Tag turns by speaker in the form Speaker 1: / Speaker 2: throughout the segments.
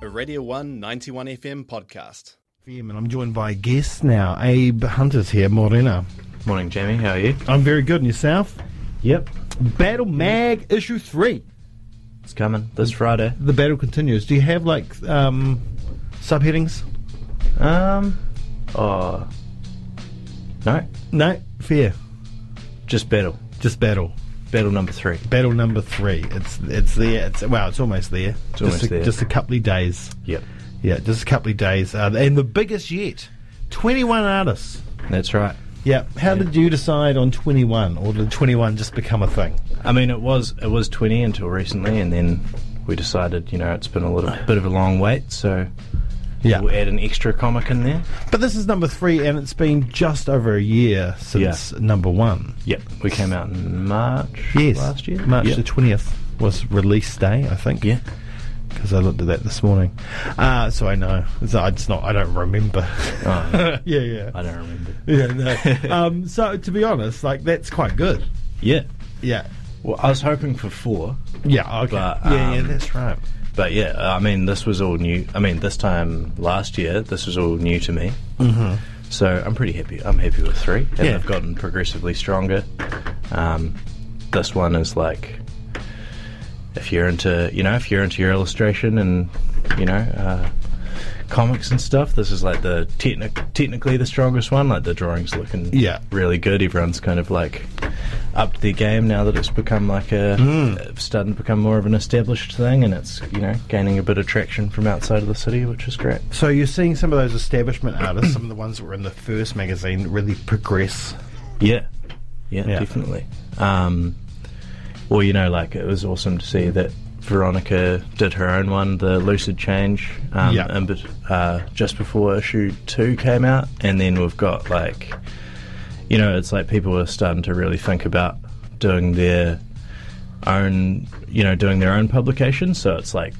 Speaker 1: the Radio 1 91 FM podcast.
Speaker 2: And I'm joined by guests now. Abe Hunter's here, Morena.
Speaker 3: Morning, Jamie. How are you?
Speaker 2: I'm very good, and yourself?
Speaker 3: Yep.
Speaker 2: Battle Mag Issue 3.
Speaker 3: It's coming this Friday.
Speaker 2: The battle continues. Do you have, like, um, subheadings?
Speaker 3: Um. Oh. No.
Speaker 2: No? Fair.
Speaker 3: Just battle.
Speaker 2: Just battle.
Speaker 3: Battle number three.
Speaker 2: Battle number three. It's it's there. It's Wow, it's almost there. just,
Speaker 3: almost
Speaker 2: a,
Speaker 3: there.
Speaker 2: just a couple of days.
Speaker 3: Yep.
Speaker 2: Yeah, just a couple of days. Uh, and the biggest yet 21 artists.
Speaker 3: That's right.
Speaker 2: Yeah. How did you decide on 21, or did 21 just become a thing?
Speaker 3: I mean, it was it was 20 until recently, and then we decided, you know, it's been a little bit of a long wait, so
Speaker 2: Yeah.
Speaker 3: we'll add an extra comic in there.
Speaker 2: But this is number three, and it's been just over a year since number one.
Speaker 3: Yep. We came out in March
Speaker 2: Yes,
Speaker 3: last year.
Speaker 2: March
Speaker 3: Yep.
Speaker 2: the twentieth was release day, I think.
Speaker 3: Yeah.
Speaker 2: because I looked at that this morning, uh, so I know. So I- it's not. I don't remember.
Speaker 3: Oh,
Speaker 2: yeah, yeah,
Speaker 3: I don't remember.
Speaker 2: yeah. No. um, so to be honest, like that's quite good.
Speaker 3: Yeah.
Speaker 2: Yeah,
Speaker 3: Well, I was hoping for four,
Speaker 2: yeah. Okay.
Speaker 3: But,
Speaker 2: yeah, yeah.
Speaker 3: um,
Speaker 2: That's right.
Speaker 3: But yeah, I mean, this was all new. I mean, this time last year, this was all new to me. Mm-hmm. So I'm pretty happy. I'm happy with three, and
Speaker 2: Yeah.
Speaker 3: I've gotten progressively stronger. Um, this one is like, if you're into, you know, if you're into your illustration and, you know, uh, comics and stuff, this is like the technic- technically the strongest one. Like the drawings looking
Speaker 2: Yeah.
Speaker 3: really good. Everyone's kind of like upped their game now that it's become like a
Speaker 2: Hmm.
Speaker 3: it's starting to become more of an established thing, and it's you know gaining a bit of traction from outside of the city, which is great.
Speaker 2: So you're seeing some of those establishment artists, some of the ones that were in the first magazine, really progress.
Speaker 3: Yeah, yeah,
Speaker 2: Yeah.
Speaker 3: definitely. Um, well, you know, like it was awesome to see that Veronica did her own one, the Lucid Change, um,
Speaker 2: Yeah.
Speaker 3: and bet- uh, just before issue two came out, and then we've got like, you know, it's like people are starting to really think about doing their own, you know, doing their own publication. So it's like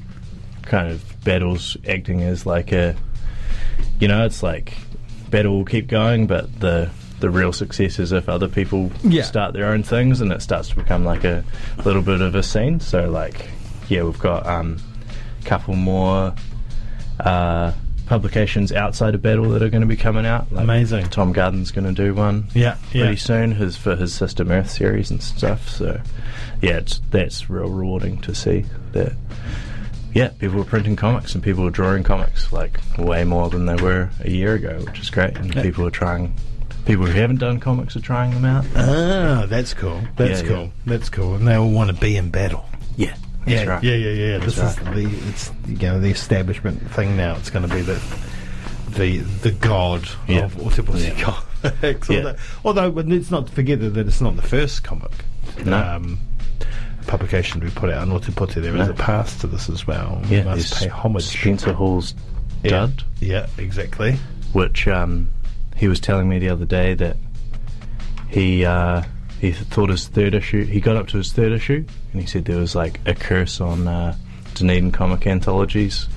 Speaker 3: kind of battles acting as like a you know, it's like battle will keep going, but the the real success is if other people
Speaker 2: Yeah.
Speaker 3: start their own things, and it starts to become like a little bit of a scene. So, like, yeah, we've got um, a couple more uh, publications outside of battle that are going to be coming out. Like
Speaker 2: Amazing.
Speaker 3: Tom Garden's going to do one.
Speaker 2: Yeah, yeah.
Speaker 3: pretty soon. His for his System Earth series and stuff. So, yeah, it's that's real rewarding to see that yeah, people were printing comics and people were drawing comics like way more than they were a year ago, which is great. And people are trying, people who haven't done comics are trying them out.
Speaker 2: Ah, that's cool. That's
Speaker 3: Yeah,
Speaker 2: cool.
Speaker 3: yeah.
Speaker 2: That's cool. And they all want to be in battle.
Speaker 3: Yeah,
Speaker 2: Yeah,
Speaker 3: that's right.
Speaker 2: yeah, yeah, yeah. This
Speaker 3: That's
Speaker 2: is the it's you know the establishment thing now. It's going to be the the the god
Speaker 3: Yeah.
Speaker 2: of autobusi comics.
Speaker 3: Yeah.
Speaker 2: Although, although but let's not forget that, that it's not the first comic
Speaker 3: No.
Speaker 2: um, publication to be put out on Autoputi. There is
Speaker 3: No.
Speaker 2: a past to this as well.
Speaker 3: yeah.
Speaker 2: we must
Speaker 3: there's
Speaker 2: pay homage.
Speaker 3: Spencer Hall's
Speaker 2: yeah.
Speaker 3: Dud,
Speaker 2: Yeah, exactly.
Speaker 3: which um, he was telling me the other day that he uh, he thought his third issue. He got up to his third issue, and he said there was like a curse on uh, Dunedin comic anthologies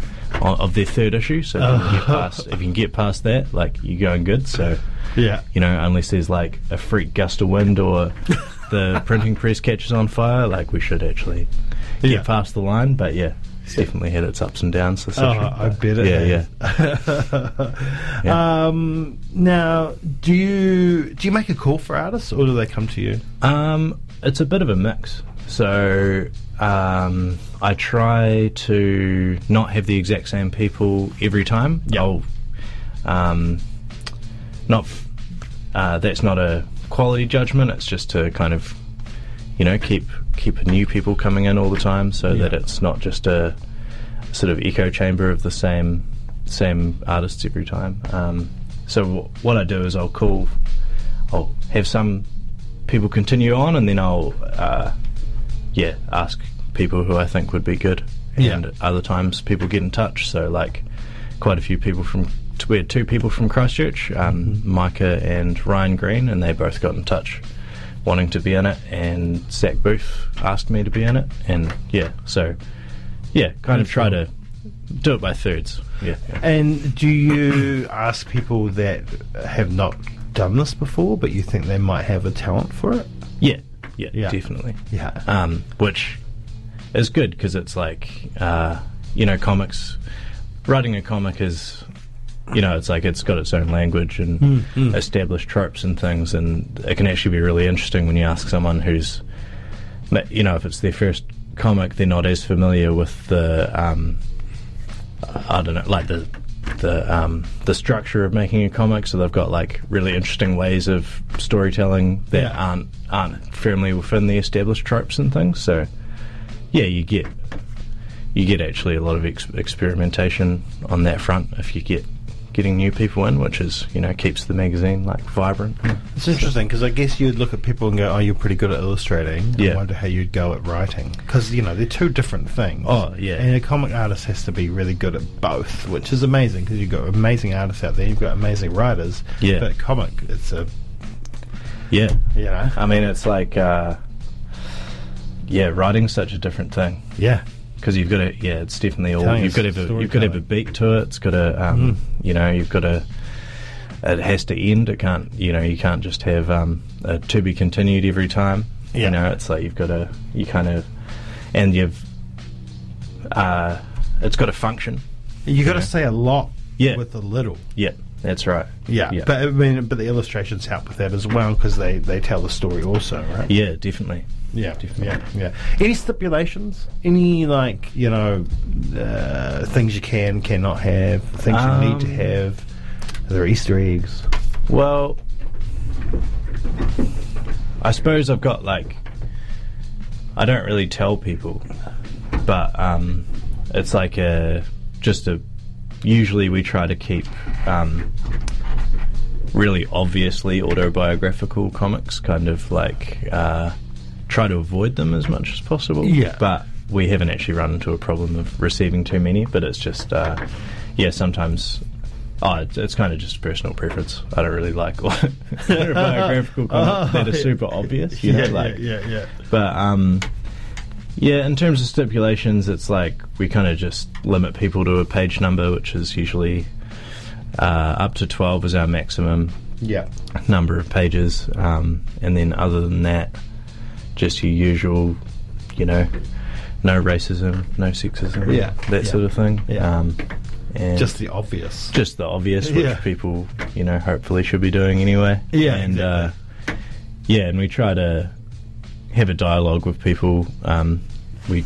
Speaker 3: o of their third issue. So if, you can get past, if you can get past that, like you're going good. So.
Speaker 2: Yeah,
Speaker 3: you know, unless there's like a freak gust of wind or the printing press catches on fire, like we should actually get
Speaker 2: Yeah.
Speaker 3: past the line. But yeah, it's definitely had its ups and downs. This
Speaker 2: Oh,
Speaker 3: issue.
Speaker 2: I bet it
Speaker 3: Yeah,
Speaker 2: has.
Speaker 3: yeah.
Speaker 2: Um, now, do you do you make a call for artists, or do they come to you?
Speaker 3: Um, it's a bit of a mix. So um, I try to not have the exact same people every time.
Speaker 2: Yeah.
Speaker 3: I'll, um, not. Uh, that's not a quality judgment. It's just to kind of, you know, keep keep new people coming in all the time, so that
Speaker 2: Yeah.
Speaker 3: it's not just a sort of echo chamber of the same same artists every time. Um, so w- what I do is I'll call, I'll have some people continue on, and then I'll uh, yeah ask people who I think would be good.
Speaker 2: Yeah.
Speaker 3: And other times people get in touch. So like quite a few people from t- we had two people from Christchurch, um,
Speaker 2: Mm-hmm.
Speaker 3: Micah and Ryan Green, and they both got in touch wanting to be in it, and Zach Booth asked me to be in it, and yeah, so yeah, kind of try to do it by thirds. Yeah.
Speaker 2: And do you ask people that have not done this before, but you think they might have a talent for it?
Speaker 3: Yeah. Yeah,
Speaker 2: Yeah.
Speaker 3: definitely.
Speaker 2: Yeah.
Speaker 3: Um, which is good because it's like, uh, you know, uh, comics, writing a comic is, you know, it's like it's got its own language and established tropes and things, and it can actually be really interesting when you ask someone who's, like, you know, if it's their first comic, they're not as familiar with the, um, I don't know, like the. The um, the structure of making a comic, so they've got like really interesting ways of storytelling that
Speaker 2: Yeah.
Speaker 3: aren't aren't firmly within the established tropes and things. So yeah, you get you get actually a lot of ex- experimentation on that front if you get getting new people in, which is you know keeps the magazine like vibrant.
Speaker 2: It's interesting because I guess you'd look at people and go, "Oh, you're pretty good at illustrating." I
Speaker 3: Yeah.
Speaker 2: wonder how you'd go at writing because you know they're two different things.
Speaker 3: Oh, yeah.
Speaker 2: And a comic artist has to be really good at both, which is amazing because you've got amazing artists out there, you've got amazing writers.
Speaker 3: Yeah.
Speaker 2: But comic, it's a
Speaker 3: Yeah,
Speaker 2: you know,
Speaker 3: I mean it's like uh, yeah, writing's such a different thing
Speaker 2: yeah,
Speaker 3: because you've got to yeah, it's definitely all
Speaker 2: Telling
Speaker 3: you've got to
Speaker 2: us
Speaker 3: have a, you've got to have a beat to it. It's got to um,
Speaker 2: Hmm.
Speaker 3: you know you've got to it has to end. It can't you know you can't just have um, a to be continued every time.
Speaker 2: Yeah.
Speaker 3: You know it's like you've got to you kind of and you've uh, it's got to function.
Speaker 2: you got to say a lot
Speaker 3: Yeah.
Speaker 2: with a little.
Speaker 3: Yeah, that's right.
Speaker 2: Yeah,
Speaker 3: yeah,
Speaker 2: but I mean, but the illustrations help with that as well because they they tell the story also, right?
Speaker 3: yeah, definitely.
Speaker 2: Yeah,
Speaker 3: Definitely.
Speaker 2: yeah, yeah. Any stipulations? Any like you know uh, things you can cannot have, things you need to
Speaker 3: Um,
Speaker 2: have? Are there Easter eggs?
Speaker 3: Well, I suppose I've got like I don't really tell people, but um, it's like a just a. Usually, we try to keep um, really obviously autobiographical comics, kind of like uh, try to avoid them as much as possible.
Speaker 2: Yeah.
Speaker 3: but we haven't actually run into a problem of receiving too many. But it's just, uh, yeah, sometimes. Oh, it's, it's kind of just personal preference. I don't really like autobiographical comics that are super obvious. You know, like,
Speaker 2: Oh, yeah, yeah.
Speaker 3: but um, yeah, in terms of stipulations, it's like we kind of just limit people to a page number, which is usually uh, up to twelve is our maximum
Speaker 2: Yeah,
Speaker 3: number of pages, um, and then other than that, just your usual, you know, no racism, no sexism,
Speaker 2: Yeah,
Speaker 3: that
Speaker 2: yeah,
Speaker 3: sort of thing.
Speaker 2: yeah.
Speaker 3: Um, and
Speaker 2: just the obvious.
Speaker 3: just the obvious, which
Speaker 2: Yeah.
Speaker 3: people, you know, hopefully should be doing anyway.
Speaker 2: Yeah,
Speaker 3: and uh, yeah, and we try to have a dialogue with people. Um, we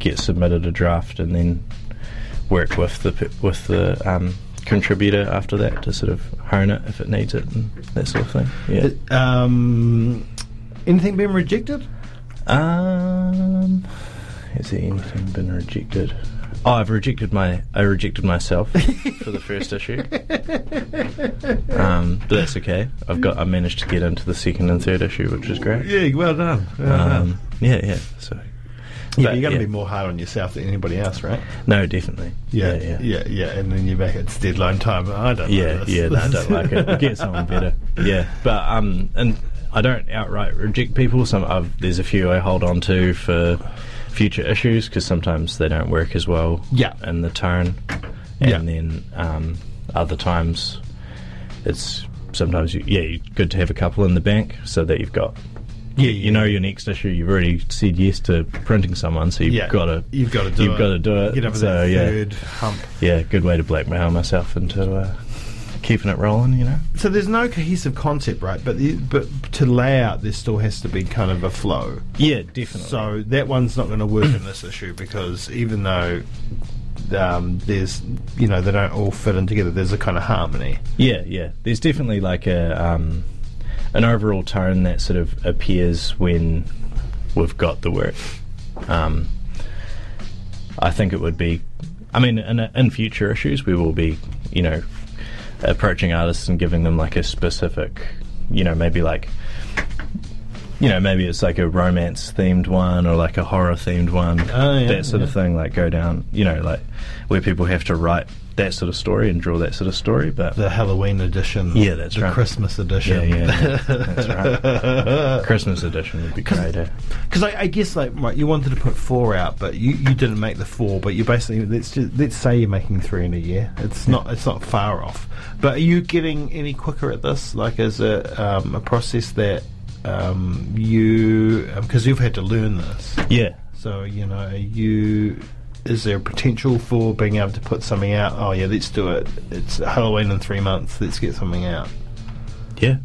Speaker 3: get submitted a draft and then work with the pe- with the um, contributor after that to sort of hone it if it needs it and that sort of thing. Yeah.
Speaker 2: uh, Um, anything been rejected?
Speaker 3: Um, has there anything been rejected? Oh, I've rejected my I rejected myself for the first issue. Um, but that's okay. I've got I managed to get into the second and third issue, which is great.
Speaker 2: Yeah, well done. Well
Speaker 3: Um, yeah, yeah. So
Speaker 2: yeah,
Speaker 3: but
Speaker 2: you're going to
Speaker 3: yeah.
Speaker 2: be more hard on yourself than anybody else, right?
Speaker 3: no, definitely.
Speaker 2: Yeah,
Speaker 3: yeah,
Speaker 2: yeah, yeah, And then you're back. It's deadline time. I don't.
Speaker 3: yeah.
Speaker 2: know this.
Speaker 3: yeah, no, I don't like it. Get someone better. Yeah, but um, and I don't outright reject people. Some I've, there's a few I hold on to for future issues because sometimes they don't work as well.
Speaker 2: Yeah.
Speaker 3: in the tone, and
Speaker 2: Yeah.
Speaker 3: then um, other times it's sometimes you, yeah, you good to have a couple in the bank so that you've got.
Speaker 2: yeah,
Speaker 3: You know your next issue. You've already said yes to printing someone, so you've
Speaker 2: Yeah,
Speaker 3: got to
Speaker 2: You've got to do
Speaker 3: you've
Speaker 2: it.
Speaker 3: got to do it.
Speaker 2: Get over
Speaker 3: so
Speaker 2: that
Speaker 3: yeah,
Speaker 2: third hump.
Speaker 3: yeah, good way to blackmail myself into uh, keeping it rolling, you know?
Speaker 2: So there's no cohesive concept, right? But the, but to lay out, there still has to be kind of a flow.
Speaker 3: Yeah, definitely.
Speaker 2: So that one's not going to work in this issue because even though um, there's you know they don't all fit in together, there's a kind of harmony.
Speaker 3: yeah, yeah. There's definitely like a um, an overall tone that sort of appears when we've got the work. Um, I think it would be, I mean, in, in future issues, we will be, you know, approaching artists and giving them like a specific, you know, maybe like, you know, maybe it's like a romance themed one or like a horror themed one,
Speaker 2: Oh, yeah,
Speaker 3: that sort of
Speaker 2: yeah.
Speaker 3: thing, like go down, you know, like where people have to write that sort of story and draw that sort of story. But
Speaker 2: The Halloween edition.
Speaker 3: Yeah, that's
Speaker 2: the
Speaker 3: right.
Speaker 2: Christmas
Speaker 3: yeah,
Speaker 2: edition.
Speaker 3: yeah, yeah, that's right. Christmas edition would be great. Eh?
Speaker 2: Because I, I guess like right, you wanted to put four out, but you, you didn't make the four. But you basically let's just, let's say you're making three in a year. It's not it's not far off. But are you getting any quicker at this? Like as a um, a process that um, you because you've had to learn this.
Speaker 3: Yeah.
Speaker 2: So you know are you is there potential for being able to put something out? Oh yeah, let's do it. It's Halloween in three months. Let's get something out.
Speaker 3: Yeah,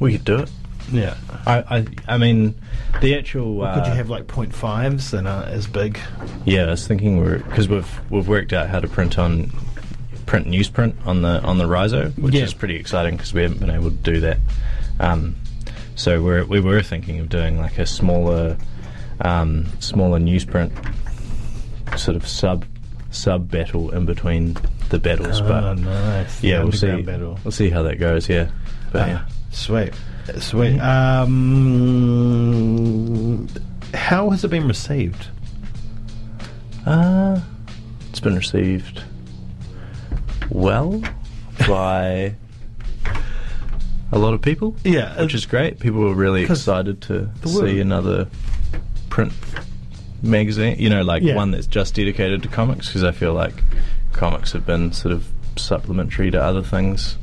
Speaker 3: we could do it.
Speaker 2: Yeah.
Speaker 3: I, I, I mean, the actual. Uh,
Speaker 2: Could you have like point fives that aren't as big?
Speaker 3: Yeah, I was thinking we're because we've we've worked out how to print on print newsprint on the on the Rizo, which
Speaker 2: Yeah.
Speaker 3: is pretty exciting because we haven't been able to do that. Um, so we're we were thinking of doing like a smaller um, smaller newsprint sort of sub sub battle in between the battles,
Speaker 2: oh,
Speaker 3: but
Speaker 2: nice.
Speaker 3: yeah, we'll see.
Speaker 2: Underground Battle.
Speaker 3: We'll see how that goes. Yeah, but yeah.
Speaker 2: Sweet, sweet. Um, how has it been received?
Speaker 3: Uh, it's been received well by a lot of people,
Speaker 2: Yeah,
Speaker 3: which is great. People were really
Speaker 2: 'Cause
Speaker 3: excited to
Speaker 2: the
Speaker 3: see
Speaker 2: word-
Speaker 3: another print magazine, you know, like
Speaker 2: Yeah.
Speaker 3: one that's just dedicated to comics, because I feel like comics have been sort of supplementary to other things.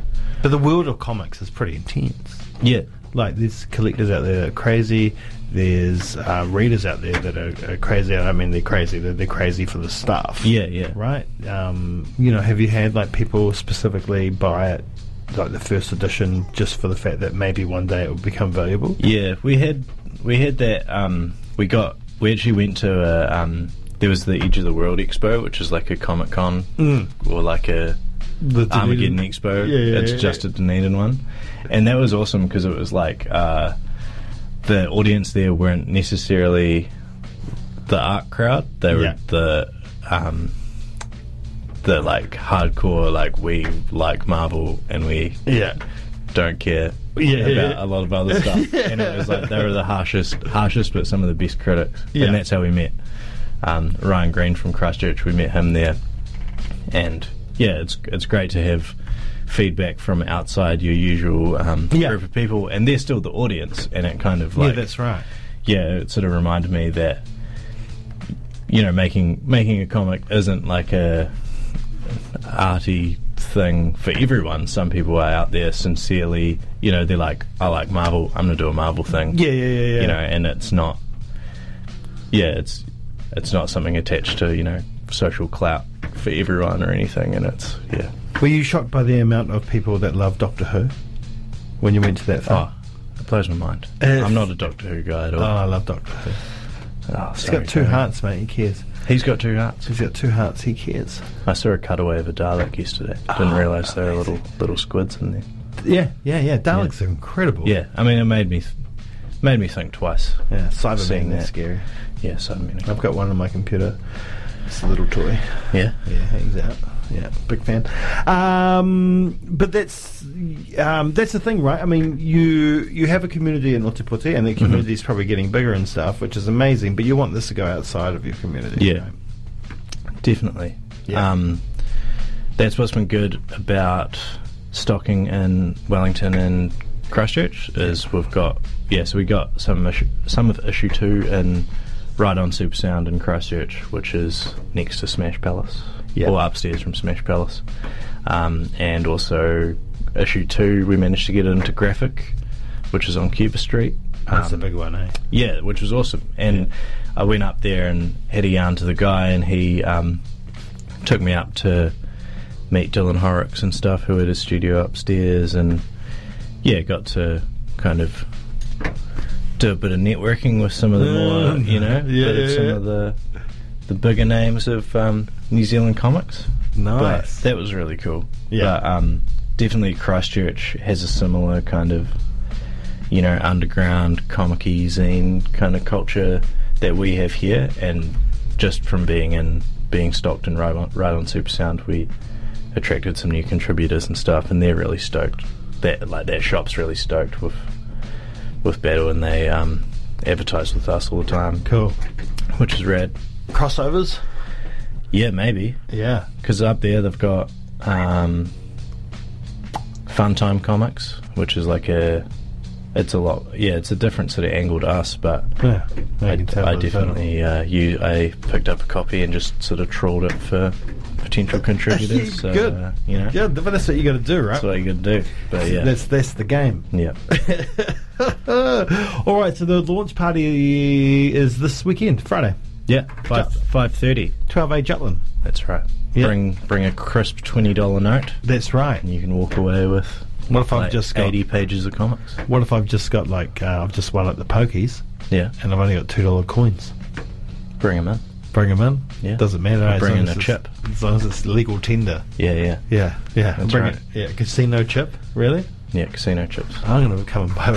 Speaker 2: but the world of comics is pretty intense.
Speaker 3: Yeah.
Speaker 2: Like there's collectors out there that are crazy. There's uh, readers out there that are, are crazy. I mean, they're crazy. They're, they're crazy for the stuff.
Speaker 3: Yeah, yeah.
Speaker 2: Right. Um, you know, have you had like people specifically buy it, like the first edition, just for the fact that maybe one day it will become valuable?
Speaker 3: Yeah, we had we had that. Um, we got we actually went to a, um, there was the Edge of the World Expo, which is like a Comic Con or like a
Speaker 2: The Mm. Dunedin-
Speaker 3: Armageddon Expo.
Speaker 2: Yeah, yeah,
Speaker 3: it's
Speaker 2: yeah,
Speaker 3: just a Dunedin one, and that was awesome because it was like uh, the audience there weren't necessarily the art crowd; they were
Speaker 2: Yeah.
Speaker 3: the um, the like hardcore, like we like Marvel and we
Speaker 2: yeah.
Speaker 3: don't care
Speaker 2: Yeah,
Speaker 3: about
Speaker 2: yeah.
Speaker 3: a lot of other stuff. And it was like they were the harshest, harshest, but some of the best critics.
Speaker 2: Yeah.
Speaker 3: And that's how we met um, Ryan Green from Christchurch. We met him there, and yeah, it's it's great to have feedback from outside your usual um,
Speaker 2: Yeah.
Speaker 3: group of people, and they're still the audience. And it kind of
Speaker 2: yeah,
Speaker 3: like
Speaker 2: that's right.
Speaker 3: yeah, it sort of reminded me that you know making making a comic isn't like a arty thing for everyone. Some people are out there sincerely, you know, they're like, I like Marvel, I'm gonna do a Marvel thing,
Speaker 2: Yeah, yeah, yeah, yeah.
Speaker 3: you know, and it's not, yeah, it's it's not something attached to you know social clout for everyone or anything, and it's yeah,
Speaker 2: Were you shocked by the amount of people that love Doctor Who when you went to that film?
Speaker 3: oh, it blows my mind.
Speaker 2: Uh,
Speaker 3: I'm not a Doctor Who guy at all.
Speaker 2: Oh, I love Doctor Who.
Speaker 3: Oh,
Speaker 2: He's
Speaker 3: sorry,
Speaker 2: got two
Speaker 3: Tony.
Speaker 2: hearts, mate. He cares.
Speaker 3: He's got two hearts.
Speaker 2: He's got two hearts. He cares.
Speaker 3: I saw a cutaway of a Dalek yesterday. Didn't realise there were little little squids in there.
Speaker 2: Yeah, yeah, yeah. Daleks are incredible.
Speaker 3: Yeah, I mean, it made me th- made me think twice.
Speaker 2: yeah.
Speaker 3: Seeing
Speaker 2: Cyberman
Speaker 3: that.
Speaker 2: is scary.
Speaker 3: Yeah, so I mean,
Speaker 2: I've got one on my computer. It's a little toy.
Speaker 3: yeah,
Speaker 2: Yeah, hangs out. Yeah, big fan. Um, but that's um, that's the thing, right? I mean, you you have a community in Otipote, and the
Speaker 3: Mm-hmm.
Speaker 2: community is probably getting bigger and stuff, which is amazing. But you want this to go outside of your community. you
Speaker 3: Yeah.
Speaker 2: know?
Speaker 3: definitely.
Speaker 2: Yeah.
Speaker 3: Um, that's what's been good about stocking in Wellington and Christchurch is we've got yeah, so we got some issue, some of issue two in right on Super Sound in Christchurch, which is next to Smash Palace
Speaker 2: Yeah.
Speaker 3: or upstairs from Smash Palace, um, and also issue two we managed to get into Graphic, which is on Cuba Street.
Speaker 2: that's
Speaker 3: Um,
Speaker 2: a big one, eh?
Speaker 3: yeah, which was awesome. And I went up there and had a yarn to the guy, and he um, took me up to meet Dylan Horrocks and stuff, who had a studio upstairs, and yeah, got to kind of do a bit of networking with some of the
Speaker 2: Yeah.
Speaker 3: more, you know,
Speaker 2: Mm. Yeah,
Speaker 3: bit of
Speaker 2: yeah,
Speaker 3: some
Speaker 2: yeah.
Speaker 3: of the the bigger names of um, New Zealand comics.
Speaker 2: Nice.
Speaker 3: But that was really cool.
Speaker 2: Yeah.
Speaker 3: But, um, definitely Christchurch has a similar kind of, you know, underground comic zine kind of culture that we have here. And just from being in, being stocked and right on, right on Super Sound, we attracted some new contributors and stuff. And they're really stoked. That like their shop's really stoked with with Battle, and they um, advertise with us all the time,
Speaker 2: cool.
Speaker 3: which is rad.
Speaker 2: Crossovers.
Speaker 3: Yeah, maybe.
Speaker 2: Yeah.
Speaker 3: because up there they've got um, Fun Time Comics, which is like a it's a lot yeah it's a different sort of angle to us, but
Speaker 2: Yeah.
Speaker 3: I,
Speaker 2: can tell
Speaker 3: I
Speaker 2: by the title.
Speaker 3: definitely uh, you I picked up a copy and just sort of trawled it for potential contributors. so,
Speaker 2: Good.
Speaker 3: uh, you know
Speaker 2: Yeah, but that's what you got to do, right?
Speaker 3: that's what you could do. But yeah,
Speaker 2: That's that's the game.
Speaker 3: yeah,
Speaker 2: All right, so the launch party is this weekend, Friday.
Speaker 3: Yeah, five five thirty.
Speaker 2: 12A Jutland.
Speaker 3: That's right.
Speaker 2: Yeah.
Speaker 3: Bring bring a crisp twenty dollar note,
Speaker 2: That's right.
Speaker 3: and you can walk away with
Speaker 2: What if
Speaker 3: like
Speaker 2: I've just got?
Speaker 3: eighty pages of comics.
Speaker 2: What if I've just got like uh, I've just won at the pokies
Speaker 3: Yeah,
Speaker 2: and I've only got two dollar coins?
Speaker 3: bring them in.
Speaker 2: Bring them in.
Speaker 3: Yeah.
Speaker 2: Doesn't matter.
Speaker 3: Or
Speaker 2: as
Speaker 3: bring
Speaker 2: long
Speaker 3: in
Speaker 2: as
Speaker 3: a
Speaker 2: it's-
Speaker 3: chip.
Speaker 2: As long as it's legal tender.
Speaker 3: Yeah, yeah,
Speaker 2: Yeah. Yeah.
Speaker 3: That's
Speaker 2: bring
Speaker 3: right.
Speaker 2: it. Yeah. Casino chip. Really?
Speaker 3: yeah. Casino chips.
Speaker 2: I'm going to come and buy one.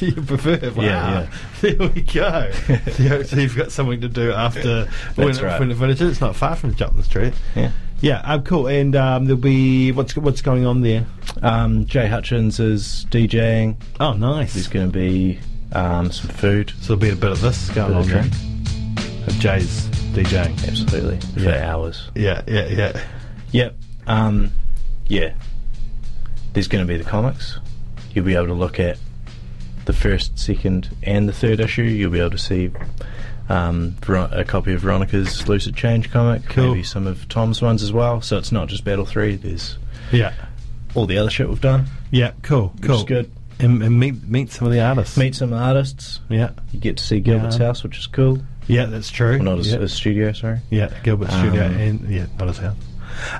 Speaker 2: you preferred. Wow.
Speaker 3: Yeah,
Speaker 2: There we go. so so you've got something to do after when,
Speaker 3: That's right.
Speaker 2: when it finishes. It's not far from Jutland Street.
Speaker 3: Yeah.
Speaker 2: Yeah. Um, cool. And um, there'll be what's what's going on there.
Speaker 3: Um, Jay Hutchins is DJing.
Speaker 2: Oh,
Speaker 3: There's
Speaker 2: nice.
Speaker 3: going to be um, some food.
Speaker 2: So there'll be a bit of this going
Speaker 3: Bit of
Speaker 2: on there.
Speaker 3: drink.
Speaker 2: Of Jay's DJing.
Speaker 3: Absolutely for
Speaker 2: Yeah.
Speaker 3: hours.
Speaker 2: Yeah, yeah, yeah.
Speaker 3: Yep. Um, yeah. There's going to be the comics. You'll be able to look at the first, second, and the third issue. You'll be able to see um, Ver- a copy of Veronica's Lucid Change comic,
Speaker 2: Cool.
Speaker 3: maybe some of Tom's ones as well. So it's not just Battle 3, there's
Speaker 2: Yeah.
Speaker 3: all the other shit we've done.
Speaker 2: Yeah, cool,
Speaker 3: Which
Speaker 2: cool.
Speaker 3: is good.
Speaker 2: And, and meet meet some of the artists.
Speaker 3: Meet some artists.
Speaker 2: Yeah.
Speaker 3: You get to see Gilbert's
Speaker 2: Yeah.
Speaker 3: house, which is cool.
Speaker 2: Yeah, that's true.
Speaker 3: Well, not his,
Speaker 2: yeah.
Speaker 3: his studio, sorry.
Speaker 2: yeah, Gilbert Studio
Speaker 3: Um,
Speaker 2: and yeah, not his house.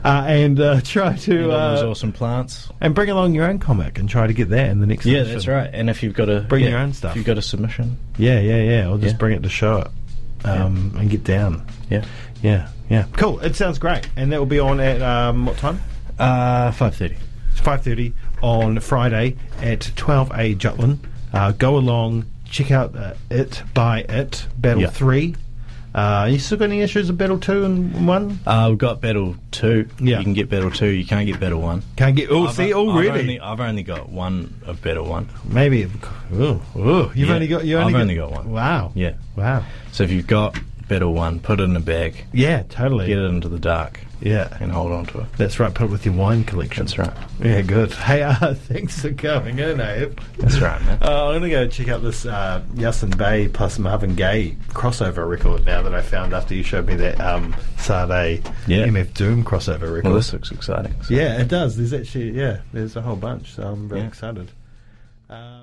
Speaker 2: Uh, and uh, try
Speaker 3: And
Speaker 2: to
Speaker 3: all those
Speaker 2: uh,
Speaker 3: awesome plants.
Speaker 2: and bring along your own comic and try to get that in the next.
Speaker 3: Yeah,
Speaker 2: edition.
Speaker 3: that's right. And if you've got a
Speaker 2: Bring
Speaker 3: yeah,
Speaker 2: your own stuff.
Speaker 3: if you've got a submission,
Speaker 2: Yeah, yeah, yeah. Or just
Speaker 3: Yeah.
Speaker 2: bring it to show it, um, and get down.
Speaker 3: yeah,
Speaker 2: Yeah, yeah. Cool. It sounds great, and that will be on at um, what time?
Speaker 3: uh, five thirty.
Speaker 2: five thirty on Friday at twelve a Jutland. Uh, go along, check out uh, it, buy it, Battle
Speaker 3: Yeah.
Speaker 2: Three. Uh, you still got any issues of Battle Two and One?
Speaker 3: Uh, we've got Battle 2.
Speaker 2: Yeah.
Speaker 3: You can get Battle 2, you can't get Battle 1.
Speaker 2: Can't get. Oh,
Speaker 3: I've-
Speaker 2: see,
Speaker 3: I've
Speaker 2: already
Speaker 3: only, I've only got one of Battle 1.
Speaker 2: maybe. Oh, oh, you've
Speaker 3: Yeah,
Speaker 2: only got. You only
Speaker 3: I've
Speaker 2: got,
Speaker 3: only got one.
Speaker 2: Wow.
Speaker 3: Yeah.
Speaker 2: Wow.
Speaker 3: So if you've got Battle 1, put it in a bag,
Speaker 2: Yeah. Totally.
Speaker 3: get it into the dark,
Speaker 2: Yeah.
Speaker 3: and hold on to it.
Speaker 2: That's right. Put it with your wine collection.
Speaker 3: That's right.
Speaker 2: Yeah. Good. Hey, uh, thanks for coming in, Abe.
Speaker 3: That's right, man.
Speaker 2: Uh, I'm going to go check out this uh, Yasin Bay plus Marvin Gaye crossover record now that I found after you showed me that um, Sade
Speaker 3: Yeah.
Speaker 2: MF Doom crossover record.
Speaker 3: Well, this looks exciting. So-
Speaker 2: yeah, it does. There's actually, yeah, there's a whole bunch, so I'm very
Speaker 3: Yeah.
Speaker 2: excited. Um,